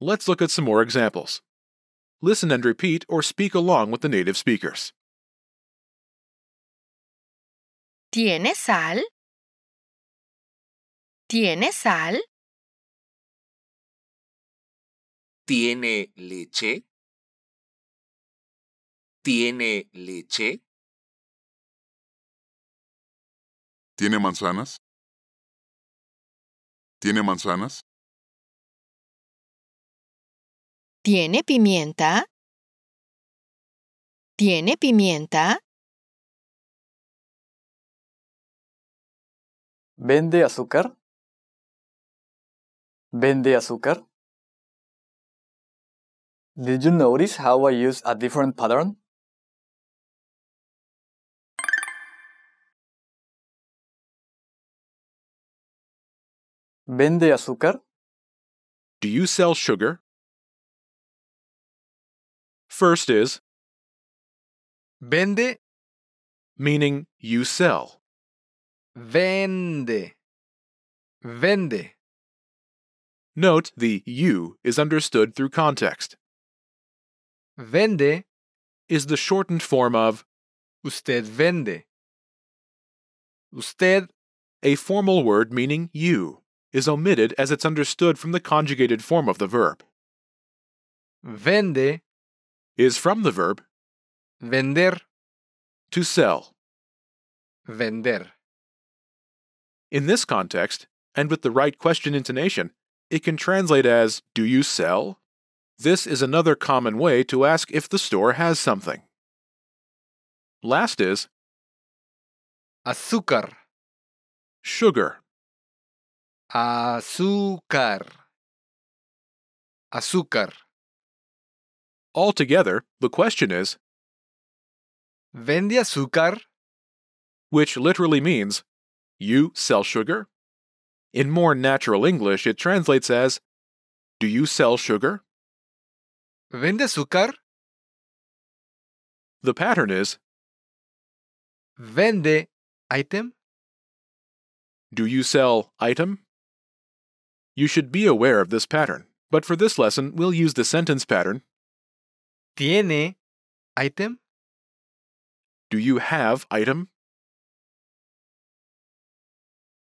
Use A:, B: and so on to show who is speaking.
A: Let's look at some more examples. Listen and repeat or speak along with the native speakers.
B: ¿Tiene sal? ¿Tiene sal?
C: ¿Tiene leche? ¿Tiene leche?
D: ¿Tiene manzanas? ¿Tiene manzanas?
B: ¿Tiene pimienta? ¿Tiene pimienta?
E: ¿Vende azúcar? ¿Vende azúcar? Did you notice how I use a different pattern? ¿Vende azúcar?
A: Do you sell sugar? First is
F: Vende,
A: meaning you sell.
F: vende. Vende.
A: Note the you is understood through context,
F: Vende,
A: is the shortened form of
F: usted vende. Usted
A: a formal word meaning you is omitted as it's understood from the conjugated form of the verb.
F: vende,
A: Is from the verb
F: vender,
A: to sell.
F: vender.
A: In this context, and with the right question intonation, it can translate as Do you sell? This is another common way to ask if the store has something. Last is
F: Azúcar,
A: sugar,
F: azúcar. Azúcar.
A: Altogether, the question is,
F: ¿Vende azúcar?
A: which literally means, You sell sugar? In more natural English, it translates as, Do you sell sugar?
F: ¿Vende azúcar?
A: The pattern is,
F: ¿Vende item?
A: Do you sell item? You should be aware of this pattern, but for this lesson, we'll use the sentence pattern,
F: ¿Tiene item?
A: Do you have item?